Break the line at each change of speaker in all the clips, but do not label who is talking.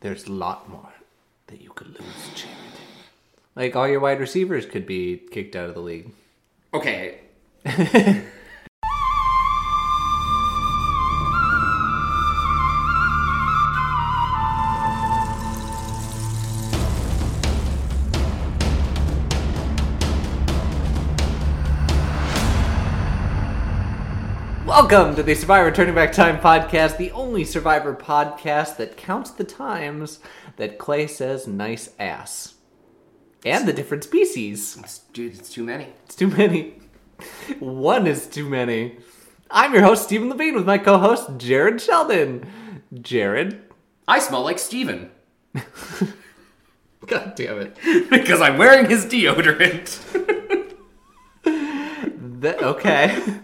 there's a lot more that you could lose, Jared. Like all your wide receivers could be kicked out of the league.
Okay.
Welcome to the Survivor Turning Back Time podcast, the only Survivor podcast that counts the times that Clay says nice ass. And the different species.
It's- Dude, it's too many.
It's too many. One is too many. I'm your host, Stephen Levine, with my co host, Jared Sheldon. Jared.
I smell like Steven.
God damn it.
because I'm wearing his deodorant.
Th- okay.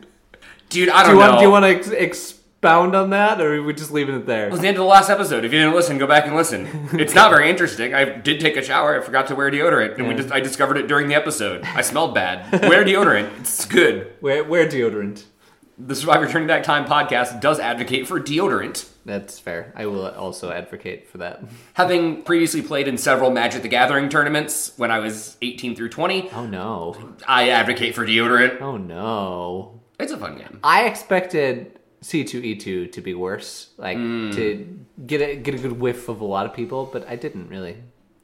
Dude, I don't
do, you
know.
want, do you want to ex- expound on that, or are we just leaving it there?
It was the end of the last episode. If you didn't listen, go back and listen. It's not very interesting. I did take a shower. I forgot to wear deodorant, and we just, I discovered it during the episode. I smelled bad. wear deodorant. It's good.
Wear, wear deodorant.
The Survivor Turning Back Time podcast does advocate for deodorant.
That's fair. I will also advocate for that.
Having previously played in several Magic the Gathering tournaments when I was 18 through 20,
Oh no.
I advocate for deodorant.
Oh no.
It's a fun game.
I expected C two E two to be worse, like to get a get a good whiff of a lot of people, but I didn't really.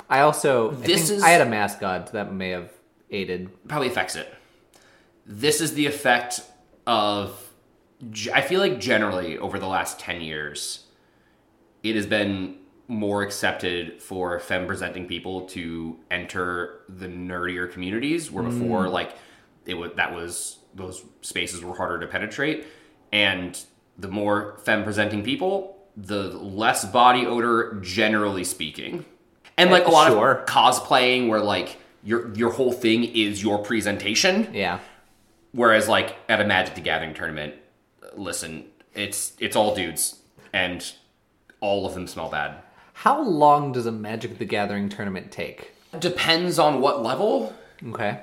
I also I,
This
think
is-
I had a mascot that may have aided.
Probably affects it. This is the effect of. ge- I feel like generally over the last 10 years, it has been more accepted for femme presenting people to enter the nerdier communities where before, like, it was that was those spaces were harder to penetrate. And the more femme presenting people, the less body odor, generally speaking. And like a lot
Sure.
of cosplaying where like your your whole thing is your presentation.
Yeah,
Whereas like at a Magic the Gathering tournament, listen, it's it's all dudes and all of them smell bad.
how long does a Magic the Gathering tournament take?
Depends on what level.
Okay,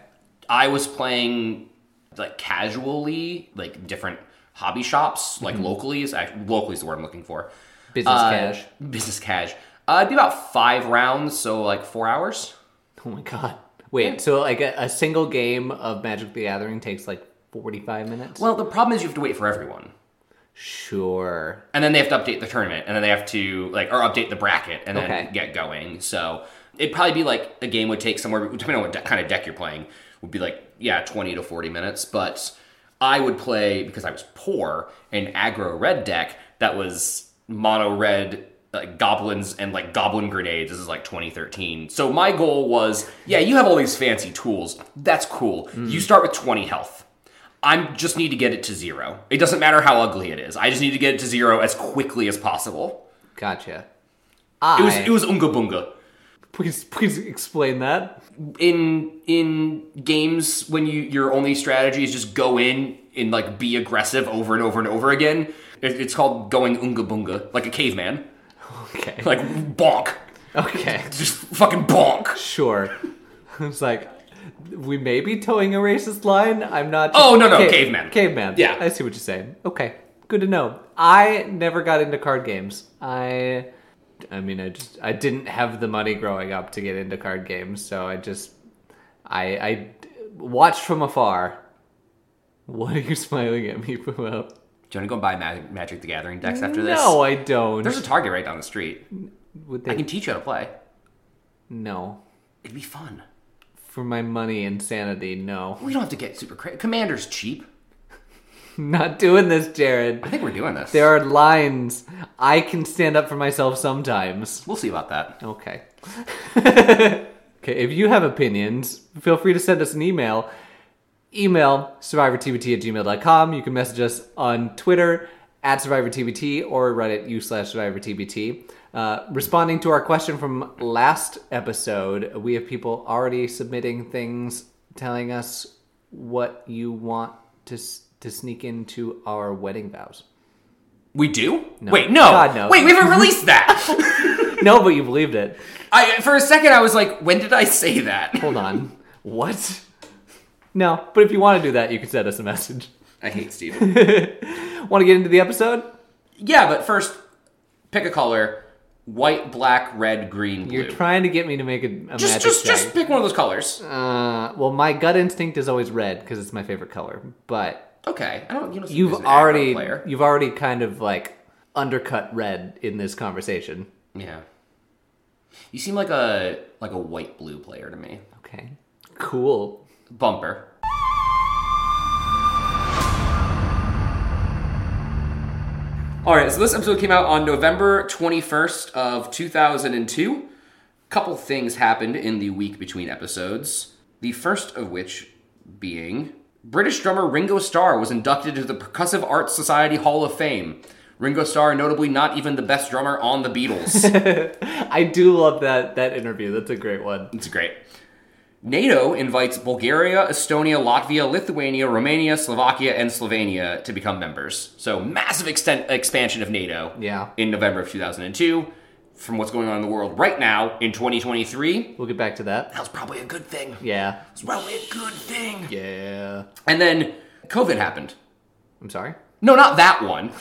I was playing like casually, like different hobby shops, like locally is act- locally is the word I'm looking for.
business
Uh,
cash.
Business cash. Uh, it'd be about five rounds, so like four hours.
Oh my god! Wait, so like a, a single game of Magic the Gathering takes like forty five minutes?
Well, the problem is you have to wait for everyone.
sure.
and then they have to update the tournament and then they have to like or update the bracket and then
Okay.
get going so it'd probably be like a game would take somewhere depending on what de- kind of deck you're playing would be like yeah 20 to 40 minutes but i would play because i was poor an aggro red deck that was mono red like goblins and like goblin grenades this is like 2013 so my goal was yeah you have all these fancy tools that's cool you start with 20 health I just need to get it to zero. It doesn't matter how ugly it is. I just need to get it to zero as quickly as possible.
Gotcha.
It was
I
it was unga bunga.
please please explain that.
In in games when you your only strategy is just go in and like be aggressive over and over and over again. It, it's called going unga bunga, like a caveman,
Okay.
like bonk,
Okay.
just fucking bonk.
Sure. I was like, we may be towing a racist line. I'm not.
Oh, no, no, caveman.
Caveman.
Yeah.
I see what you're saying. Okay, good to know. I never got into card games. I, I mean, I just I didn't have the money growing up to get into card games, so I just I I watched from afar. What are you smiling at me about?
Do you want to go buy Mag- Magic the Gathering decks after this?
No, I don't.
There's a Target right down the street.
Would
I
they?
can teach you how to play.
No.
It'd be fun.
For my money and sanity, no.
We don't have to get super crazy. Commander's cheap.
Not doing this, Jared.
I think we're doing this.
There are lines. I can stand up for myself sometimes.
We'll see about that.
Okay. okay, if you have opinions, feel free to send us an email. Email survivortbt at gmail.com. You can message us on Twitter at survivortbt or Reddit u slash survivortbt. Uh, responding to our question from last episode, we have people already submitting things telling us what you want to, s- to sneak into our wedding vows.
We do? Wait, no.
God, no.
Wait, we haven't released that.
No, but you believed it.
I for a second I was like, when did I say that?
Hold on. what? No, but if you want to do that, you can send us a message.
I hate Steven.
Want to get into the episode?
yeah, but first, pick a color, white, black, red, green, blue.
You're trying to get me to make a, a
just
magic
just
tag.
just pick one of those colors.
Uh, well, my gut instinct is always red because it's my favorite color. But
Okay, I don't. You don't see me
you've
as an aggro
already
player.
you've already kind of like undercut red in this conversation.
Yeah. You seem like a like a white blue player to me.
Okay, cool.
Bumper. All right, so this episode came out on November 21st of 2002. Couple things happened in the week between episodes. The first of which being British drummer Ringo Starr was inducted into the Percussive Arts Society Hall of Fame. Ringo Starr, notably not even the best drummer on the Beatles.
I do love that that interview. That's a great one.
It's great. NATO invites Bulgaria, Estonia, Latvia, Lithuania, Romania, Slovakia, and Slovenia to become members. So massive extent expansion of NATO.
Yeah.
In November of 2002, from what's going on in the world right now in 2023,
We'll get back to that.
that was probably a good thing.
Yeah,
It's probably a good thing.
yeah.
And then COVID happened.
I'm sorry.
No, not that one.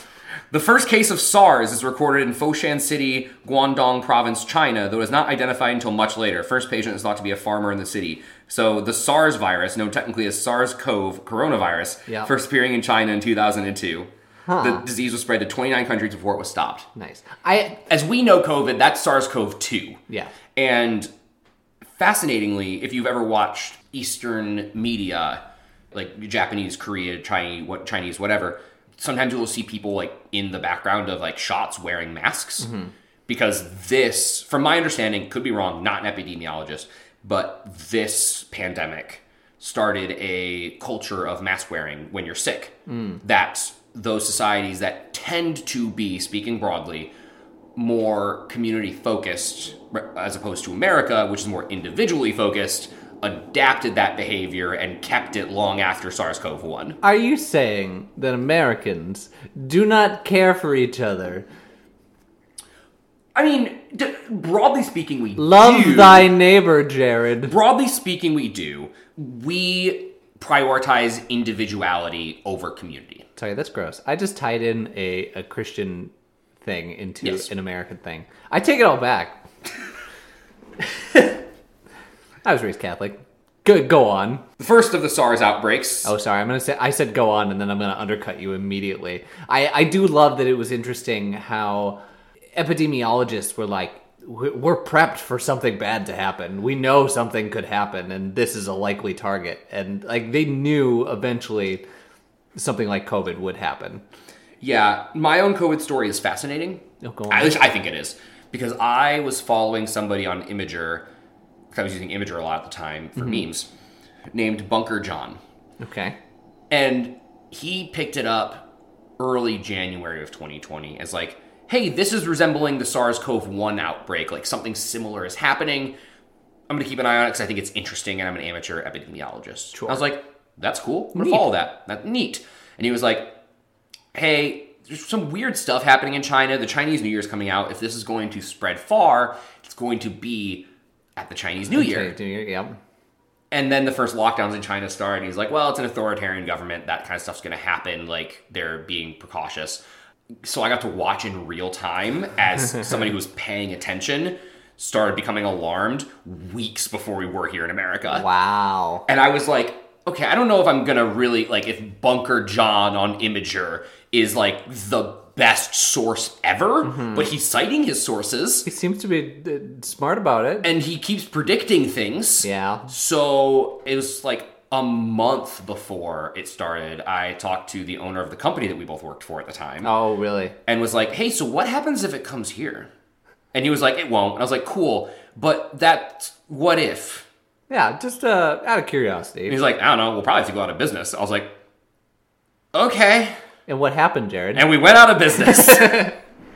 The first case of SARS is recorded in Foshan City, Guangdong Province, China, though it is not identified until much later. First patient is thought to be a farmer in the city. So the SARS virus, known technically as SARS CoV coronavirus,
Yeah.
first appearing in China in 2002. The disease was spread to 29 countries before it was stopped.
Nice. I
As we know, COVID, that's SARS CoV 2.
yeah.
And fascinatingly, if you've ever watched Eastern media, like Japanese, Korea, Chinese, what Chinese, whatever, sometimes you'll see people like in the background of like shots wearing masks because this, from my understanding, could be wrong. Not an epidemiologist, but this pandemic started a culture of mask wearing when you're sick. That those societies that tend to be, speaking broadly, more community focused as opposed to America, which is more individually focused, adapted that behavior and kept it long after SARS CoV 1.
Are you saying that Americans do not care for each other?
I mean, d- broadly speaking, we
Love
do.
thy neighbor, Jared.
Broadly speaking, we do. We prioritize individuality over community.
Sorry, that's gross. I just tied in a, a Christian thing into
Yes.
an American thing. I take it all back. I was raised Catholic. Good, go on.
The first of the SARS outbreaks.
Oh, sorry. I'm gonna say I said go on, and then I'm gonna undercut you immediately. I I do love that it was interesting how epidemiologists were like, "We- we're prepped for something bad to happen. We know something could happen, and this is a likely target. And like they knew eventually something like COVID would happen.
Yeah, my own COVID story is fascinating.
Oh, go on.
At least I think it is. Because I was following somebody on Imager, because I was using Imager a lot at the time for memes, named Bunker John.
Okay.
And he picked it up early January of 2020 as like, hey, this is resembling the SARS CoV 1 outbreak. Like something similar is happening. I'm going to keep an eye on it because I think it's interesting and I'm an amateur epidemiologist. I was like, that's cool. I'm going to
Neat.
follow that. That's neat. And he was like, hey, there's some weird stuff happening in China. The Chinese New Year's coming out. If this is going to spread far, it's going to be at the Chinese New Year.
Okay, do you- yeah.
And then the first lockdowns in China start, and he's like, well, it's an authoritarian government. That kind of stuff's going to happen. Like, they're being precautious. So I got to watch in real time as somebody who was paying attention started becoming alarmed weeks before we were here in America.
Wow.
And I was like, okay, I don't know if I'm going to really, like, if Bunker John on Imager is, like, the best source ever, but he's citing his sources
He seems to be uh, smart about it.
and he keeps predicting things.
yeah.
So it was like a month before it started. I talked to the owner of the company that we both worked for at the time
Oh, really?
and was like, hey, so what happens if it comes here? And he was like, it won't. And I was like, cool, but that's what if?
Yeah. Just uh, out of curiosity.
And he's like, I don't know, we'll probably have to go out of business. I was like, okay.
And what happened, Jared?
And we went out of business.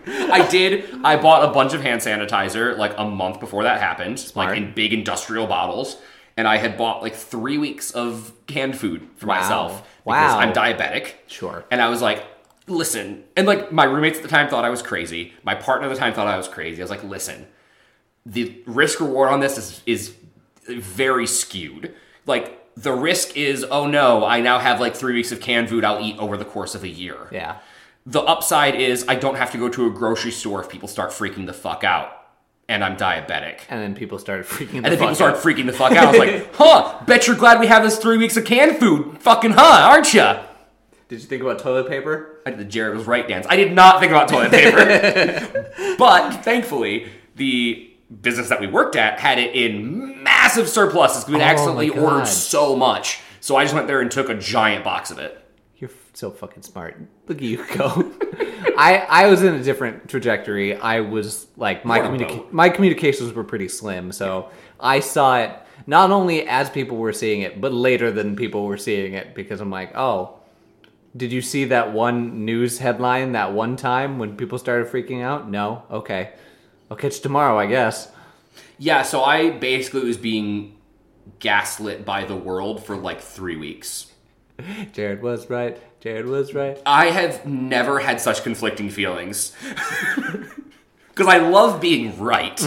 I did. I bought a bunch of hand sanitizer like a month before that happened, like in big industrial bottles. And I had bought like three weeks of canned food for myself because
Wow.
I'm diabetic.
Sure.
And I was like, listen. And like my roommates at the time thought I was crazy. My partner at the time thought I was crazy. I was like, listen, the risk reward on this is is very skewed. Like the risk is, oh no, I now have like three weeks of canned food I'll eat over the course of a year
Yeah.
The upside is I don't have to go to a grocery store if people start freaking the fuck out and I'm diabetic.
And then people started freaking.
And
the
then people
fuck
started
out.
freaking the fuck out. I was like, huh, bet you're glad we have this three weeks of canned food. Fucking huh, aren't ya?
Did you think about toilet paper?
I did the Jared was right dance. I did not think about toilet paper. but thankfully, the business that we worked at had it in massive surpluses because we
Oh my
accidentally
God.
ordered so much. So I just went there and took a giant box of it.
You're f- so fucking smart. Look at you go. I I was in a different trajectory. I was like my
You're on a
communica-
boat.
my communications were pretty slim, so I saw it not only as people were seeing it, but later than people were seeing it because I'm like, oh, did you see that one news headline that one time when people started freaking out? No, okay, I'll catch tomorrow, I guess.
Yeah, so I basically was being gaslit by the world for like three weeks.
Jared was right. Jared was right.
I have never had such conflicting feelings. Because I love being right.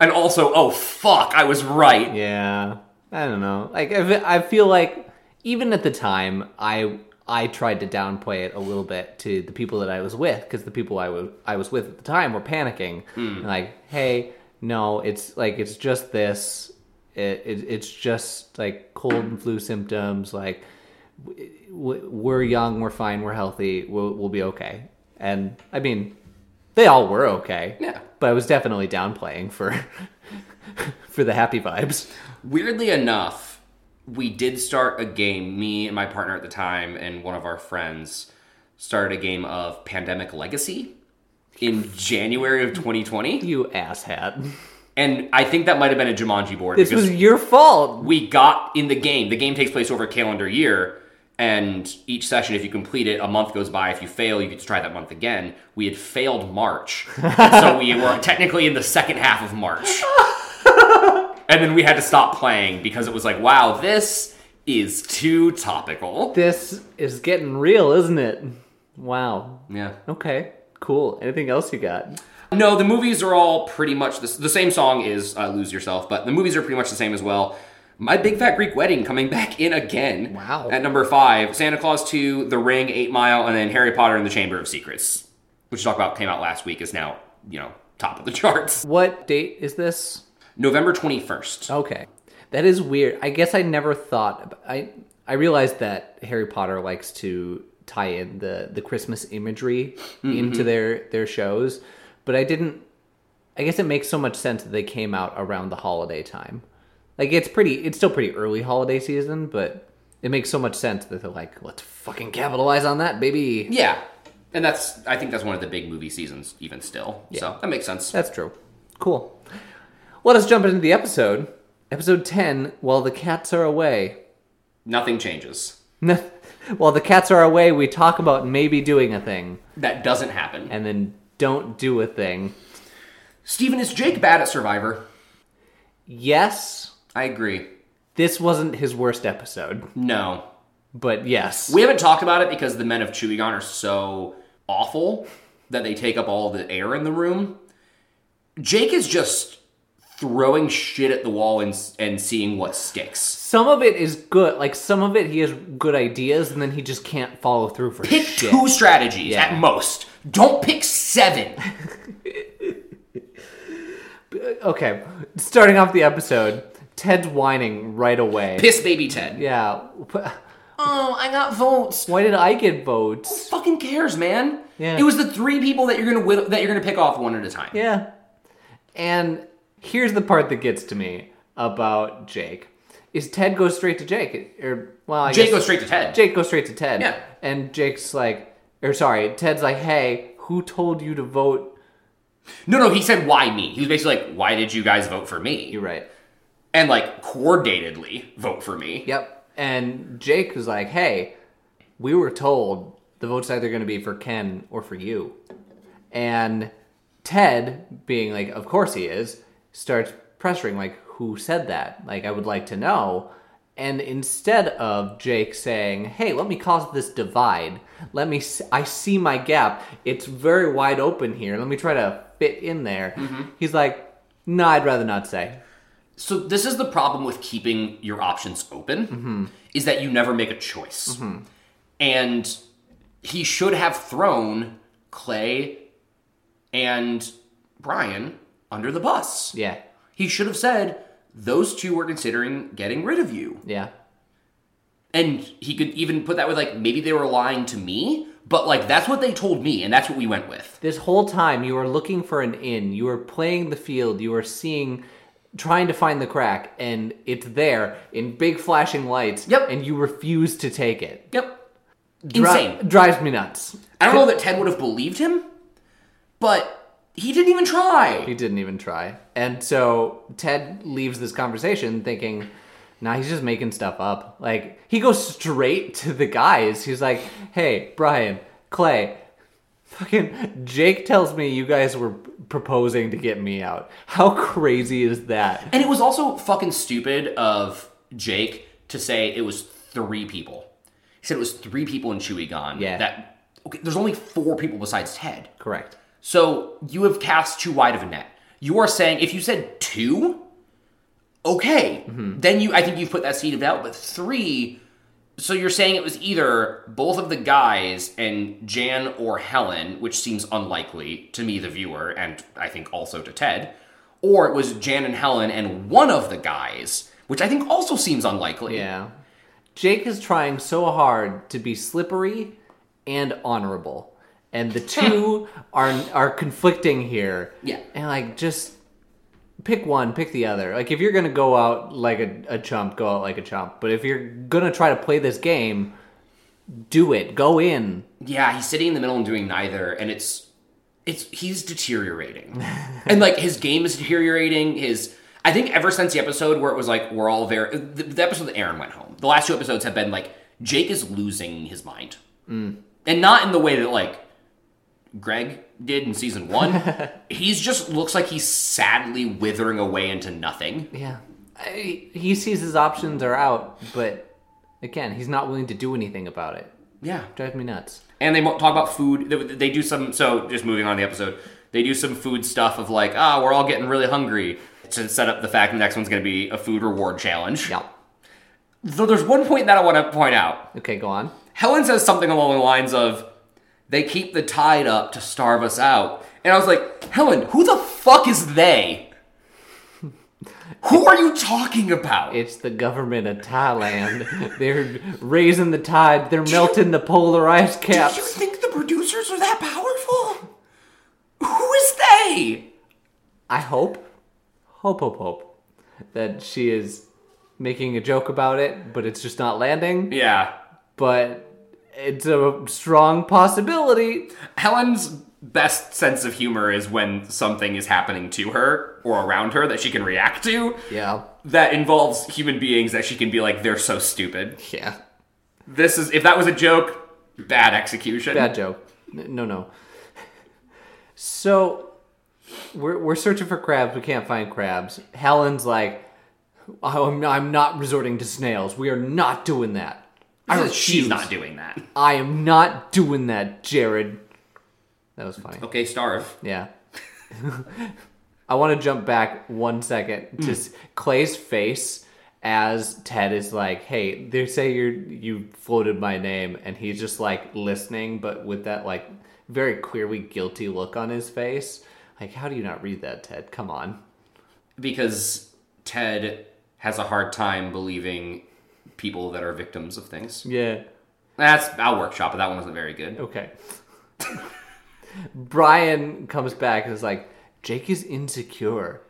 And also, oh fuck, I was right.
Yeah, I don't know. Like I, fe- I feel like even at the time, I I tried to downplay it a little bit to the people that I was with because the people I was I was with at the time were panicking. And Like, hey, no, it's like it's just this. It, it it's just like cold and flu symptoms. Like w- w- we're young, we're fine, we're healthy, we'll, we'll be okay. And I mean, they all were okay.
Yeah.
But I was definitely downplaying for for the happy vibes.
Weirdly enough, we did start a game. Me and my partner at the time, and one of our friends, started a game of Pandemic Legacy in January of 2020.
You asshat.
And I think that might have been a Jumanji board
This was your fault.
we got in the game. The game takes place over a calendar year, and each session, if you complete it, a month goes by. If you fail, you get to try that month again. We had failed March, so we were technically in the second half of March. and then we had to stop playing because it was like, wow, this is too topical.
This is getting real, isn't it? Wow.
Yeah.
Okay. Cool. Anything else you got?
No, the movies are all pretty much the, the same song is uh, Lose Yourself, but the movies are pretty much the same as well. My Big Fat Greek Wedding coming back in again.
Wow.
At number five, Santa Claus 2, The Ring, Eight Mile, and then Harry Potter and the Chamber of Secrets, which we talked about came out last week, is now, you know, top of the charts.
What date is this?
November 21st.
Okay. That is weird. I guess I never thought ab- I I realized that Harry Potter likes to tie in the the Christmas imagery into their their shows, but I didn't I guess it makes so much sense that they came out around the holiday time. Like it's pretty it's still pretty early holiday season, but it makes so much sense that they're like, let's fucking capitalize on that, baby.
Yeah. And that's, I think that's one of the big movie seasons, even still. So that makes sense.
That's true. Cool. Let us jump into the episode. Episode 10, While the Cats Are Away.
Nothing changes.
While the cats are away, we talk about maybe doing a thing
That doesn't happen.
and then don't do a thing.
Steven, is Jake bad at Survivor?
Yes,
I agree.
this wasn't his worst episode,
No.
but yes.
We haven't talked about it because the men of Chewygon are so awful that they take up all the air in the room. Jake is just throwing shit at the wall and and seeing what sticks.
Some of it is good. Like some of it he has good ideas and then he just can't follow through for
Pick
shit.
two strategies at most. Don't pick seven.
Okay. Starting off the episode, Ted's whining right away.
Piss baby Ted.
Yeah.
Oh, I got votes.
Why did I get votes?
Fucking cares, man.
Yeah.
It was the three people that you're gonna whittle, that you're gonna pick off one at a time.
Yeah. And here's the part that gets to me about Jake. Is Ted goes straight to Jake or well, I
Jake
guess
goes straight to Ted.
Jake goes straight to Ted.
Yeah.
And Jake's like or sorry, Ted's like, "Hey, who told you to vote?"
No, no, he said why me. He was basically like, why did you guys vote for me?
You're right.
And like coordinatedly vote for me.
Yep. And Jake was like, "Hey, we were told the vote's either going to be for Ken or for you." And Ted, being like, "Of course he is," starts pressuring like, "Who said that? Like, I would like to know." And instead of Jake saying, "Hey, let me cause this divide. Let me s- I see my gap. It's very wide open here. Let me try to fit in there." He's like, "No, I'd rather not say."
So this is the problem with keeping
Mm-hmm.
your options open is that you never make a choice. And he should have thrown Clay and Brian under the bus.
Yeah.
He should have said, those two were considering getting rid of you.
Yeah.
And he could even put that with, like, maybe they were lying to me, but, like, that's what they told me, and that's what we went with.
This whole time you were looking for an in. You were playing the field. You were seeing, trying to find the crack, and it's there in big flashing lights.
Yep.
And you refuse to take it.
Yep.
Dri-
Insane.
drives me nuts.
I don't know that Ted would have believed him, but he didn't even try.
He didn't even try. And so Ted leaves this conversation thinking, nah, he's just making stuff up. Like, he goes straight to the guys. He's like, hey, Brian, Clay, fucking Jake tells me you guys were proposing to get me out. How crazy is that?
And it was also fucking stupid of Jake to say it was three people. He said it was three people in Chewy Gone.
Yeah.
That okay, there's only four people besides Ted.
Correct.
So you have cast too wide of a net. You are saying if you said two, okay, then you I think you've put that seed of doubt. But three, so you're saying it was either both of the guys and Jan or Helen, which seems unlikely to me, the viewer, and I think also to Ted, or it was Jan and Helen and one of the guys, which I think also seems unlikely.
Yeah. Jake is trying so hard to be slippery and honorable. And the two are are conflicting here.
Yeah.
And like just pick one, pick the other. Like if you're gonna go out like a, a chump, go out like a chump. But if you're gonna try to play this game, do it. Go in.
Yeah, he's sitting in the middle and doing neither, and it's it's he's deteriorating, and like his game is deteriorating. His I think ever since the episode where it was like we're all very the, the episode that Aaron went home. The last two episodes have been like Jake is losing his mind, and not in the way that like Greg did in season one. he's just looks like he's sadly withering away into nothing.
Yeah. I, he sees his options are out, but again, he's not willing to do anything about it.
Yeah,
Drives me nuts.
And they mo- talk about food. They, they do some. So just moving on to the episode, they do some food stuff of like, ah, we're all getting really hungry to set up the fact the next one's going to be a food reward challenge.
Yeah.
Though there's one point that I want to point out.
Okay, go on.
Helen says something along the lines of, "They keep the tide up to starve us out," and I was like, Helen, who the fuck is they? Who are you talking about?
It's the government of Thailand. They're raising the tide. They're melting the polar ice
Do you
caps.
think the producers are that powerful? Who is they?
I hope, hope, hope, hope that she is making a joke about it, but it's just not landing.
Yeah,
But it's a strong possibility.
Helen's best sense of humor is when something is happening to her or around her that she can react to
Yeah.
that involves human beings that she can be like, they're so stupid.
Yeah.
This is, if that was a joke, bad execution.
Bad joke. N- No, no. So we're, we're searching for crabs. We can't find crabs. Helen's like, "Oh, I'm, I'm not resorting to snails. We are not doing that. I
She's
refuse.
not doing that.
I am not doing that, Jared. That was funny.
Okay, starve.
Yeah. I want to jump back one second to s Clay's face as Ted is like, "Hey, they say you're you floated my name," and he's just like listening, but with that like very clearly guilty look on his face. Like, how do you not read that, Ted? Come on.
Because Ted has a hard time believing people that are victims of things.
Yeah.
That's, I'll workshop it. That one wasn't very good.
Okay. Brian comes back and is like, "Jake is insecure.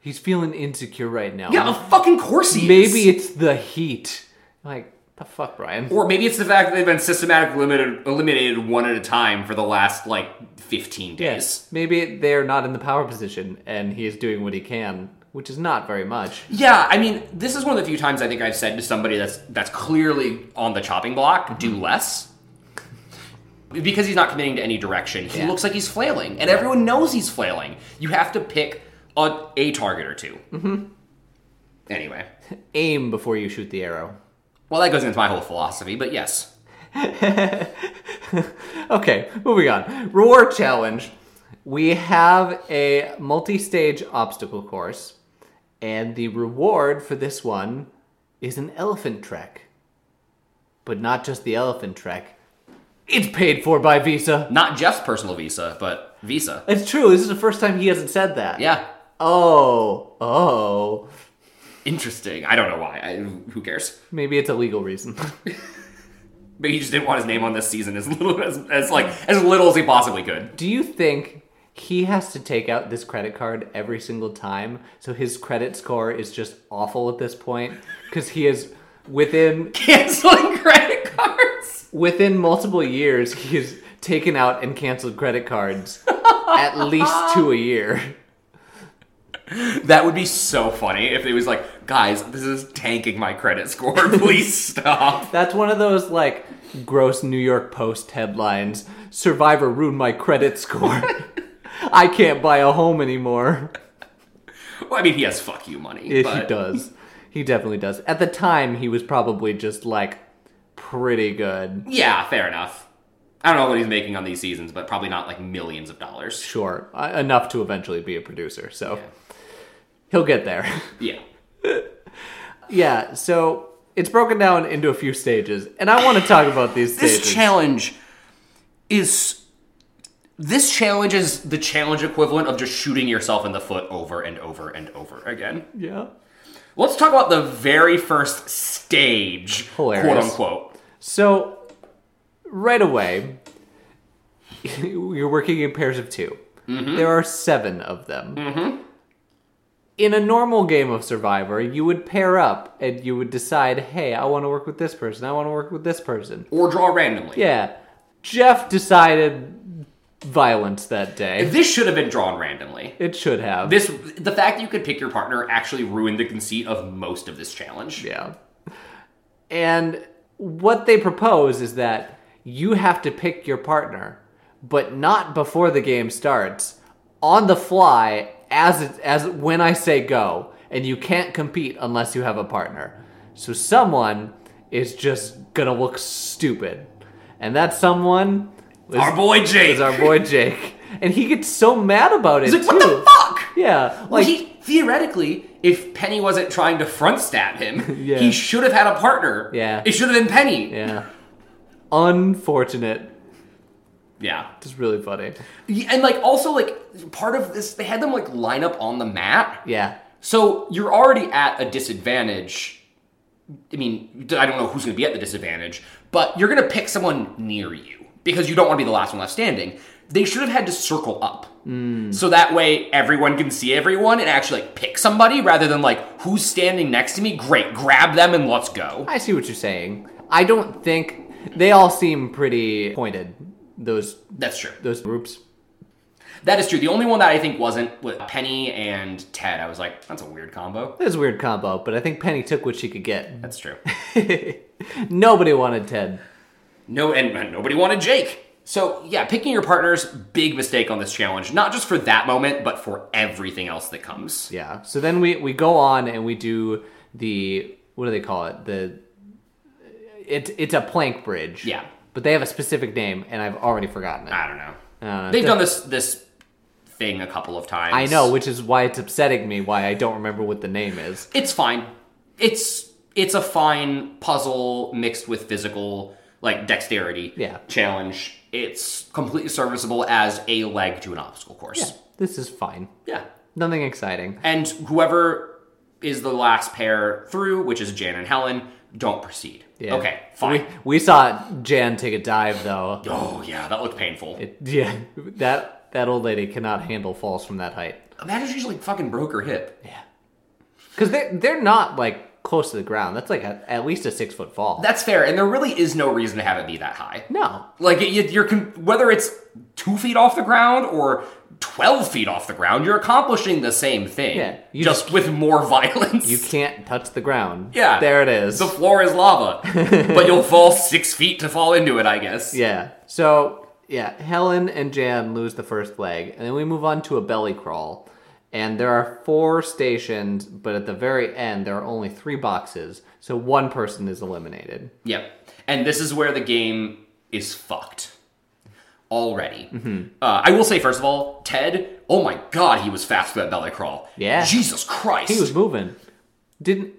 He's feeling insecure right now.
Yeah, of fucking course he is.
Maybe it's the heat. Like, the fuck, Brian?
Or maybe it's the fact that they've been systematically limited, eliminated one at a time for the last like 15 days.
Maybe they're not in the power position and he is doing what he can, which is not very much.
Yeah, I mean, this is one of the few times I think I've said to somebody that's that's clearly on the chopping block, do less. Because he's not committing to any direction, he
Yeah.
looks like he's flailing, and everyone knows he's flailing. You have to pick a, a target or 2 Mm-hmm. Anyway,
Aim before you shoot the arrow.
well, that goes into my whole philosophy, but yes,
Okay, moving on. Reward challenge. We have a multi stage obstacle course, and the reward for this one is an elephant trek. But not just the elephant trek, It's paid for by Visa.
Not Jeff's personal Visa, but Visa.
It's true. This is the first time he hasn't said that.
Yeah.
Oh, oh.
Interesting. I don't know why. I, who cares?
Maybe it's a legal reason.
Maybe he just didn't want his name on this season as little as, as like as little as he possibly could.
Do you think he has to take out this credit card every single time? So his credit score is just awful at this point because he is within
Canceling credit cards.
within multiple years he has taken out and canceled credit cards at least two a year.
That would be so funny if it was like, guys, this is tanking my credit score. Please stop.
That's one of those like gross New York Post headlines. Survivor ruined my credit score. I can't buy a home anymore.
Well, I mean, he has fuck you money.
If
but
he does. He definitely does. At the time, he was probably just like pretty good.
Yeah, fair enough. I don't know what he's making on these seasons, but probably not like millions of dollars.
Sure. uh, Enough to eventually be a producer. So he'll get there.
Yeah.
yeah. So it's broken down into a few stages. And I want to talk about these
this
stages.
challenge is this challenge is the challenge equivalent of just shooting yourself in the foot over and over and over again.
yeah.
Let's talk about the very first stage, quote
Hilarious.
unquote.
So right away, you're working in pairs of 2 There are seven of them. in a normal game of Survivor, you would pair up and you would decide, hey, I want to work with this person, I want to work with this person.
Or draw randomly.
Yeah. Jeff decided violence that day.
This should have been drawn randomly.
It should have.
This the fact that you could pick your partner actually ruined the conceit of most of this challenge.
yeah. And what they propose is that you have to pick your partner, but not before the game starts, on the fly as it, as when I say go, and you can't compete unless you have a partner. So someone is just gonna look stupid, and that someone is
Our boy Jake.
is our boy Jake, and he gets so mad about it
He's like,
too.
what the fuck?
Yeah,
Well,
like
he theoretically, if Penny wasn't trying to front stab him,
Yeah.
he should have had a partner.
Yeah.
It should have been Penny.
yeah, unfortunate.
Yeah.
It's really funny.
Yeah, And like also like part of this they had them like line up on the mat.
Yeah,
So you're already at a disadvantage. I mean, I don't know who's going to be at the disadvantage, but you're going to pick someone near you because you don't want to be the last one left standing. They should have had to circle up. So that way everyone can see everyone and actually like pick somebody rather than like who's standing next to me? Great, grab them and let's go.
I see what you're saying. I don't think they all seem pretty pointed. Those
That's true.
those groups.
That is true. The only one that I think wasn't with Penny and Ted. I was like, that's a weird combo.
That's a weird combo, but I think Penny took what she could get.
That's true.
Nobody wanted Ted.
No, and and nobody wanted Jake. So yeah, picking your partners, big mistake on this challenge. Not just for that moment, but for everything else that comes.
Yeah. So then we we go on and we do the what do they call it? The it's it's a plank bridge.
Yeah. Ah.
But they have a specific name, and I've already forgotten it.
I don't know.
Uh,
They've
the-
done this this thing a couple of times.
I know, which is why it's upsetting me. Why I don't remember what the name is.
It's fine. It's it's a fine puzzle mixed with physical like dexterity
Yeah.
challenge. It's completely serviceable as a leg to an obstacle course.
This is fine.
yeah.
Nothing exciting.
And whoever is the last pair through, which is Jan and Helen, don't proceed.
Yeah.
Okay, fine.
We saw Jan take a dive though.
oh yeah, that looked painful.
It, yeah, that that old lady cannot handle falls from that height.
Imagine she's like fucking broke her hip.
Because they they're not like close to the ground. That's like a, at least a six foot fall.
That's fair, and there really is no reason to have it be that high.
no,
Like you- you're con- whether it's two feet off the ground or twelve feet off the ground, you're accomplishing the same thing.
Yeah, you
just, with more violence.
you can't touch the ground.
Yeah.
there it is.
the floor is lava, but you'll fall six feet to fall into it. I guess.
yeah. So yeah, Helen and Jan lose the first leg, and then we move on to a belly crawl. And there are four stations, but at the very end, there are only three boxes, so one person is eliminated.
Yep. And this is where the game is fucked already.
Mm-hmm.
Uh, I will say, first of all, Ted, oh my god, he was fast for that belly crawl.
Yeah.
Jesus Christ.
He was moving. Didn't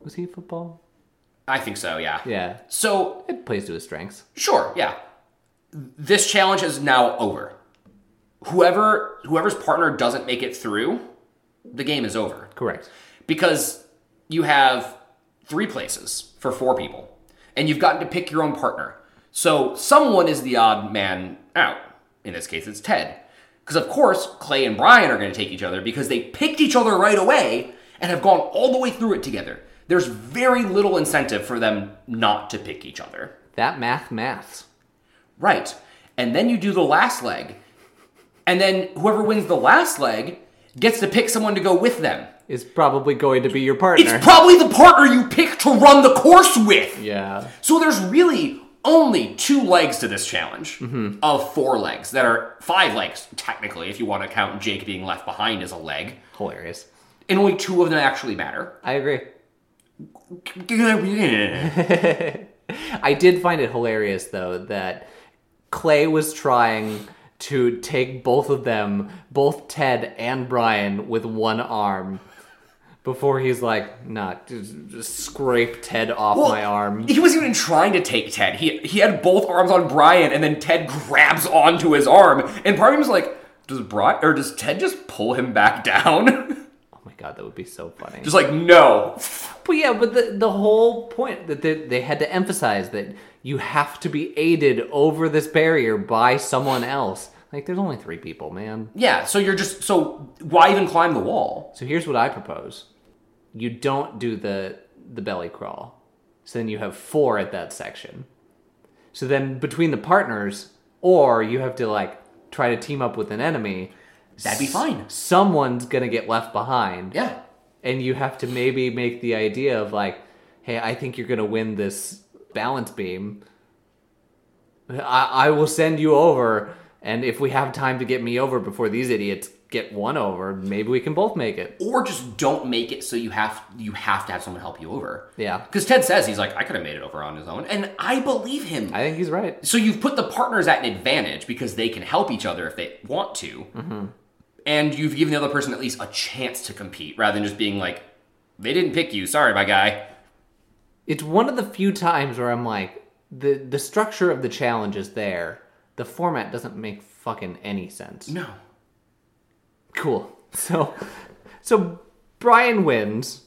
was he football?
I think so, yeah.
Yeah,
So,
it plays to his strengths.
sure, yeah. this challenge is now over. Whoever whoever's partner doesn't make it through, the game is over
Correct.
because you have three places for four people and you've gotten to pick your own partner so someone is the odd man out in this case it's ted because of course clay and brian are going to take each other because they picked each other right away and have gone all the way through it together there's very little incentive for them not to pick each other
That math maths.
Right. And then you do the last leg. And then whoever wins the last leg gets to pick someone to go with them.
Is probably going to be your partner.
It's probably the partner you pick to run the course with.
yeah.
So there's really only two legs to this challenge
Mm-hmm.
of four legs that are five legs, technically, if you want to count Jake being left behind as a leg.
Hilarious.
And only two of them actually matter.
I agree. I did find it hilarious though that Clay was trying to take both of them, both Ted and Brian, with one arm. Before he's like, nah, just, just scrape Ted off
Well,
my arm.
He wasn't even trying to take Ted. He he had both arms on Brian, and then Ted grabs onto his arm, and part of him was like, "Does Brian or does Ted just pull him back down?"
Oh my god, that would be so funny.
just like, no,
But yeah, but the the whole point that they, they had to emphasize that you have to be aided over this barrier by someone else. Like, there's only three people, man.
yeah. So you're just so why even climb the wall?
So here's what I propose: you don't do the the belly crawl. So then you have four at that section. So then between the partners, or you have to like try to team up with an enemy.
That'd be fine.
Someone's gonna get left behind.
Yeah,
and you have to maybe make the idea of like, hey, I think you're gonna win this balance beam. I, I will send you over, and if we have time to get me over before these idiots get one over, maybe we can both make it.
or just don't make it so you have you have to have someone help you over.
Yeah,
Because Ted says he's like, I could have made it over on his own, and I believe him.
I think he's right.
so you've put the partners at an advantage because they can help each other if they want to
Mm-hmm.
and you've given the other person at least a chance to compete rather than just being like they didn't pick you sorry my guy
It's one of the few times where I'm like, the the structure of the challenge is there. The format doesn't make fucking any sense.
no
Cool. So, so Brian wins,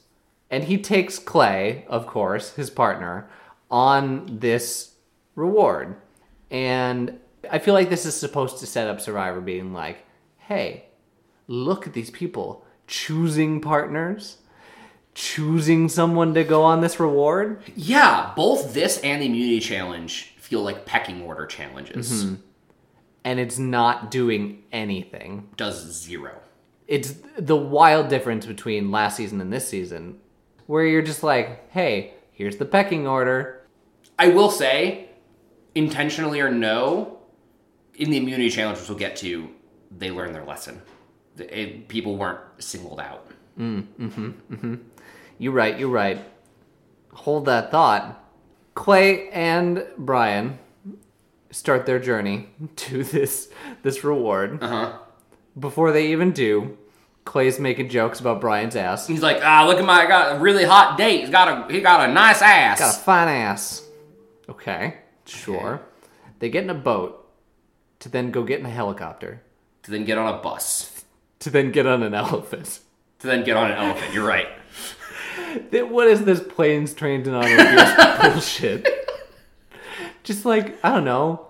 and he takes Clay, of course, his partner, on this reward. And I feel like this is supposed to set up Survivor being like, hey, look at these people choosing partners, choosing someone to go on this reward.
yeah both this and the immunity challenge feel like pecking order challenges
Mm-hmm. And it's not doing anything.
does zero
it's the wild difference between last season and this season, where you're just like, hey, here's the pecking order.
i will say intentionally or no in the immunity challenge which we'll get to they learned their lesson The- it- people weren't singled out
You're right, you're right. Hold that thought. Clay and Brian start their journey to this this reward.
uh-huh
Before they even do, Clay's making jokes about Brian's ass.
He's like, ah, look at my got a really hot date. He's got a he got a nice ass.
Got a fine ass. Okay, sure.
Okay.
They get in a boat to then go get in a helicopter
to then get on a bus.
to then get on an elephant.
To then get on an elephant. You're right.
Th- what is this planes, trains, and automobiles bullshit? Just like I don't know.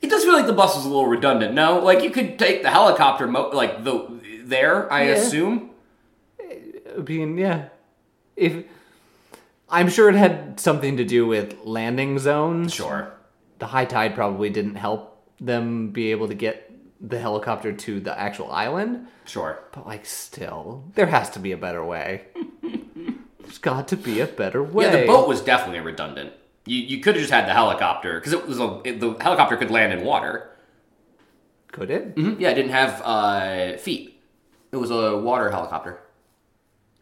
It does feel like the bus was a little redundant. No, like you could take the helicopter, mo- like the there. I
Yeah.
assume.
Being yeah, if I'm sure it had something to do with landing zones.
Sure.
The high tide probably didn't help them be able to get the helicopter to the actual island.
Sure.
But like, still, there has to be a better way. There's got to be a better way.
Yeah, the boat was definitely redundant. You you could have just had the helicopter because it was a it, the helicopter could land in water.
Could it?
Mhm. Yeah, it didn't have uh, feet. It was a water helicopter.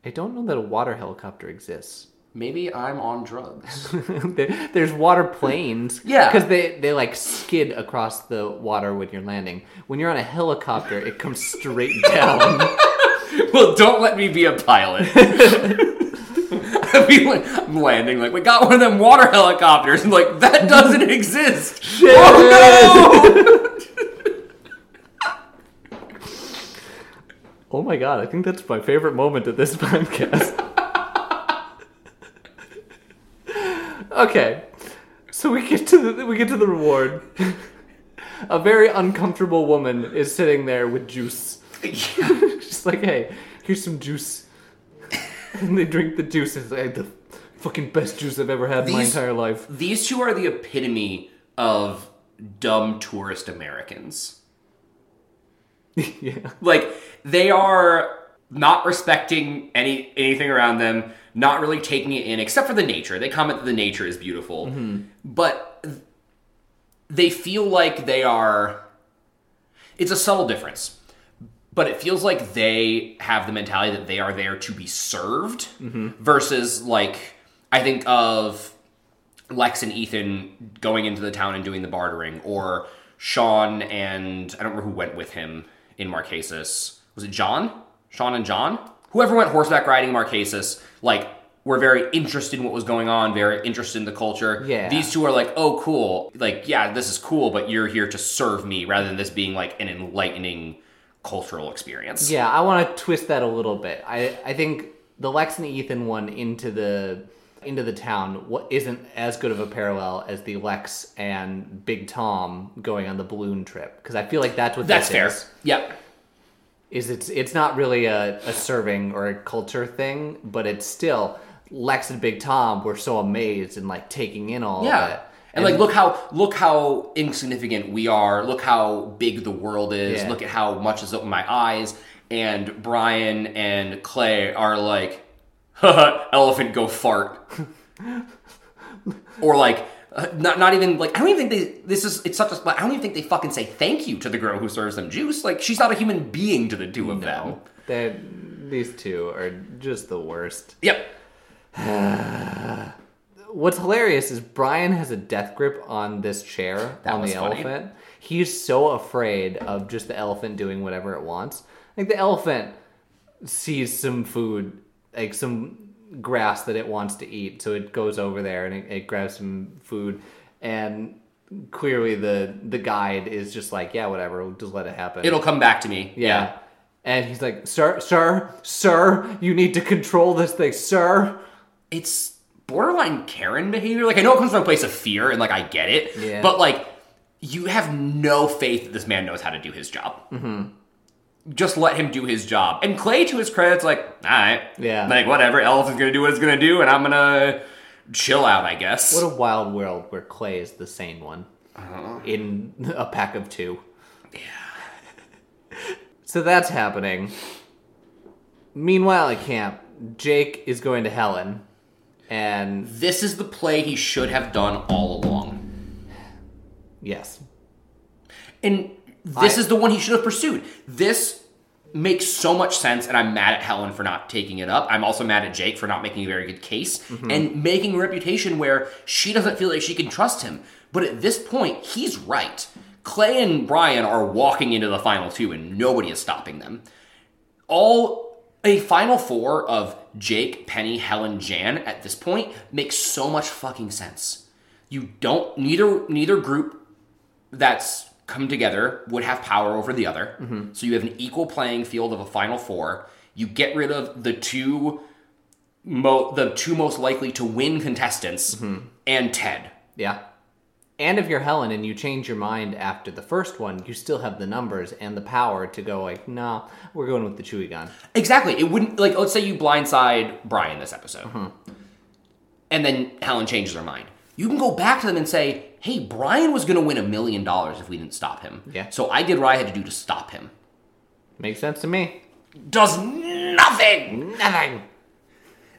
I don't know that a water helicopter exists.
Maybe I'm on drugs.
There- There's water planes.
Yeah.
Because they, they like skid across the water when you're landing. When you're on a helicopter, it comes straight down.
well, don't let me be a pilot. be like, I'm landing like we got one of them water helicopters, and like that doesn't exist.
Shit.
Oh
Oh my god, I think that's my favorite moment of this podcast. okay. So we get to the we get to the reward. A very uncomfortable woman is sitting there with juice.
no!
She's like, hey, here's some juice. and they drink the juice. It's like the fucking best juice I've ever had in my
These-
entire life.
These two are the epitome of dumb tourist Americans.
yeah.
Like they are not respecting any anything around them, not really taking it in, except for the nature. They comment that the nature is beautiful, but th- they feel like they are. It's a subtle difference, but it feels like they have the mentality that they are there to be served versus like I think of Lex and Ethan going into the town and doing the bartering, or Sean and I don't remember who went with him in Marquesas. Was it John? Sean and John? Whoever went horseback riding in Marquesas, like, were very interested in what was going on, very interested in the culture.
Yeah.
These two are like, oh, cool. Like, yeah, this is cool, but you're here to serve me rather than this being like an enlightening cultural experience.
Yeah, I want to twist that a little bit. I I think the Lex and Ethan one into the into the town what isn't as good of a parallel as the Lex and Big Tom going on the balloon trip because I feel like that's what
That's
this
fair.
Is,
Yep.
is it's it's not really a, a serving or a culture thing, but it's still Lex and Big Tom were so amazed and like taking in all
Yeah.
of it.
And, like look how look how insignificant we are. Look how big the world is.
Yeah.
Look at how much is open my eyes. And Brian and Clay are like, Haha, elephant go fart. or like uh, not not even like I don't even think they this is it's such a I don't even think they fucking say thank you to the girl who serves them juice. Like she's not a human being to the two of them.
that these two are just the worst.
Yep.
What's hilarious is Brian has a death grip on this chair on
was
the
funny.
elephant. He's so afraid of just the elephant doing whatever it wants. Like the elephant sees some food, like some grass that it wants to eat, so it goes over there and it, it grabs some food. And clearly, the the guide is just like, yeah, whatever, we'll just let it happen.
It'll come back to me.
yeah. And he's like, sir, sir, sir, you need to control this thing, sir.
it's borderline Karen behavior. Like I know it comes from a place of fear, and like I get it,
Yeah.
but like you have no faith that this man knows how to do his job. Mm-hmm. Just let him do his job. And Clay, to his credit's like, all right,
Yeah.
like whatever. Elephant's gonna do what it's gonna do, and I'm gonna chill out, I guess.
What a wild world where Clay is the sane one Uh-huh. in a pack of two. Yeah. so that's happening. Meanwhile, at camp, Jake is going to Helen, and
this is the play he should have done all along.
yes,
And this
I-
is the one he should have pursued. This makes so much sense, and I'm mad at Helen for not taking it up. I'm also mad at Jake for not making a very good case and making a reputation where she doesn't feel like she can trust him. But at this point, he's right. Clay and Brian are walking into the final two, and nobody is stopping them. All a final four of Jake, Penny, Helen, Jan at this point makes so much fucking sense. You don't neither neither group that's come together would have power over the other. So you have an equal playing field of a final four. You get rid of the two mo- the two most likely to win contestants and Ted.
yeah. And if you're Helen and you change your mind after the first one, you still have the numbers and the power to go like, nah, we're going with the Chewy gun.
Exactly. It wouldn't like let's say you blindside Brian this episode. And then Helen changes her mind. You can go back to them and say, "Hey, Brian was going to win a million dollars if we didn't stop him.
Yeah.
So I did what I had to do to stop him."
Makes sense to me.
Does nothing.
Nothing.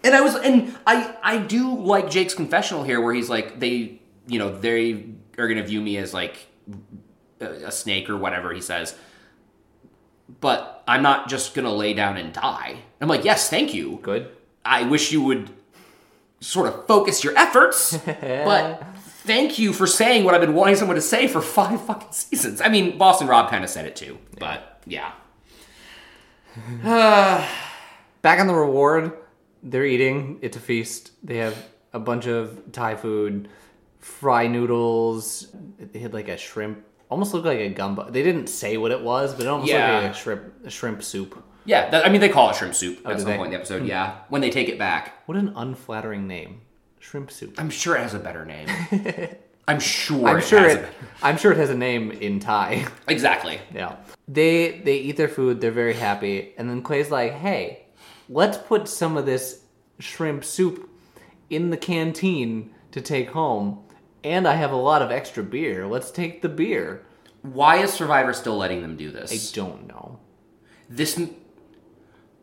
And I was, and I, I do like Jake's confessional here, where he's like, they, you know, they are gonna view me as like a, a snake or whatever he says. But I'm not just gonna lay down and die. I'm like, yes, thank you.
Good.
I wish you would sort of focus your efforts, but thank you for saying what I've been wanting someone to say for five fucking seasons. I mean, Boston Rob kind of said it too, but yeah.
Back on the reward, They're eating. It's a feast. They have a bunch of Thai food, fry noodles. They had like a shrimp. Almost looked like a gumbo. They didn't say what it was, but it almost
Yeah.
looked like a shrimp, a shrimp soup.
Yeah, that, I mean, they call it shrimp soup at
Oh, do
some
they? Hmm.
point in the episode. Yeah, when they take it back,
What an unflattering name, shrimp soup.
I'm sure it has a better name. I'm sure.
I'm sure
has a
it.
better-
I'm sure it has a name in Thai.
exactly.
Yeah. They they eat their food, they're very happy, and then Clay's like, "Hey, let's put some of this shrimp soup in the canteen to take home, and I have a lot of extra beer. Let's take the beer."
Why is Survivor still letting them do
I
this?
don't know.
This, m-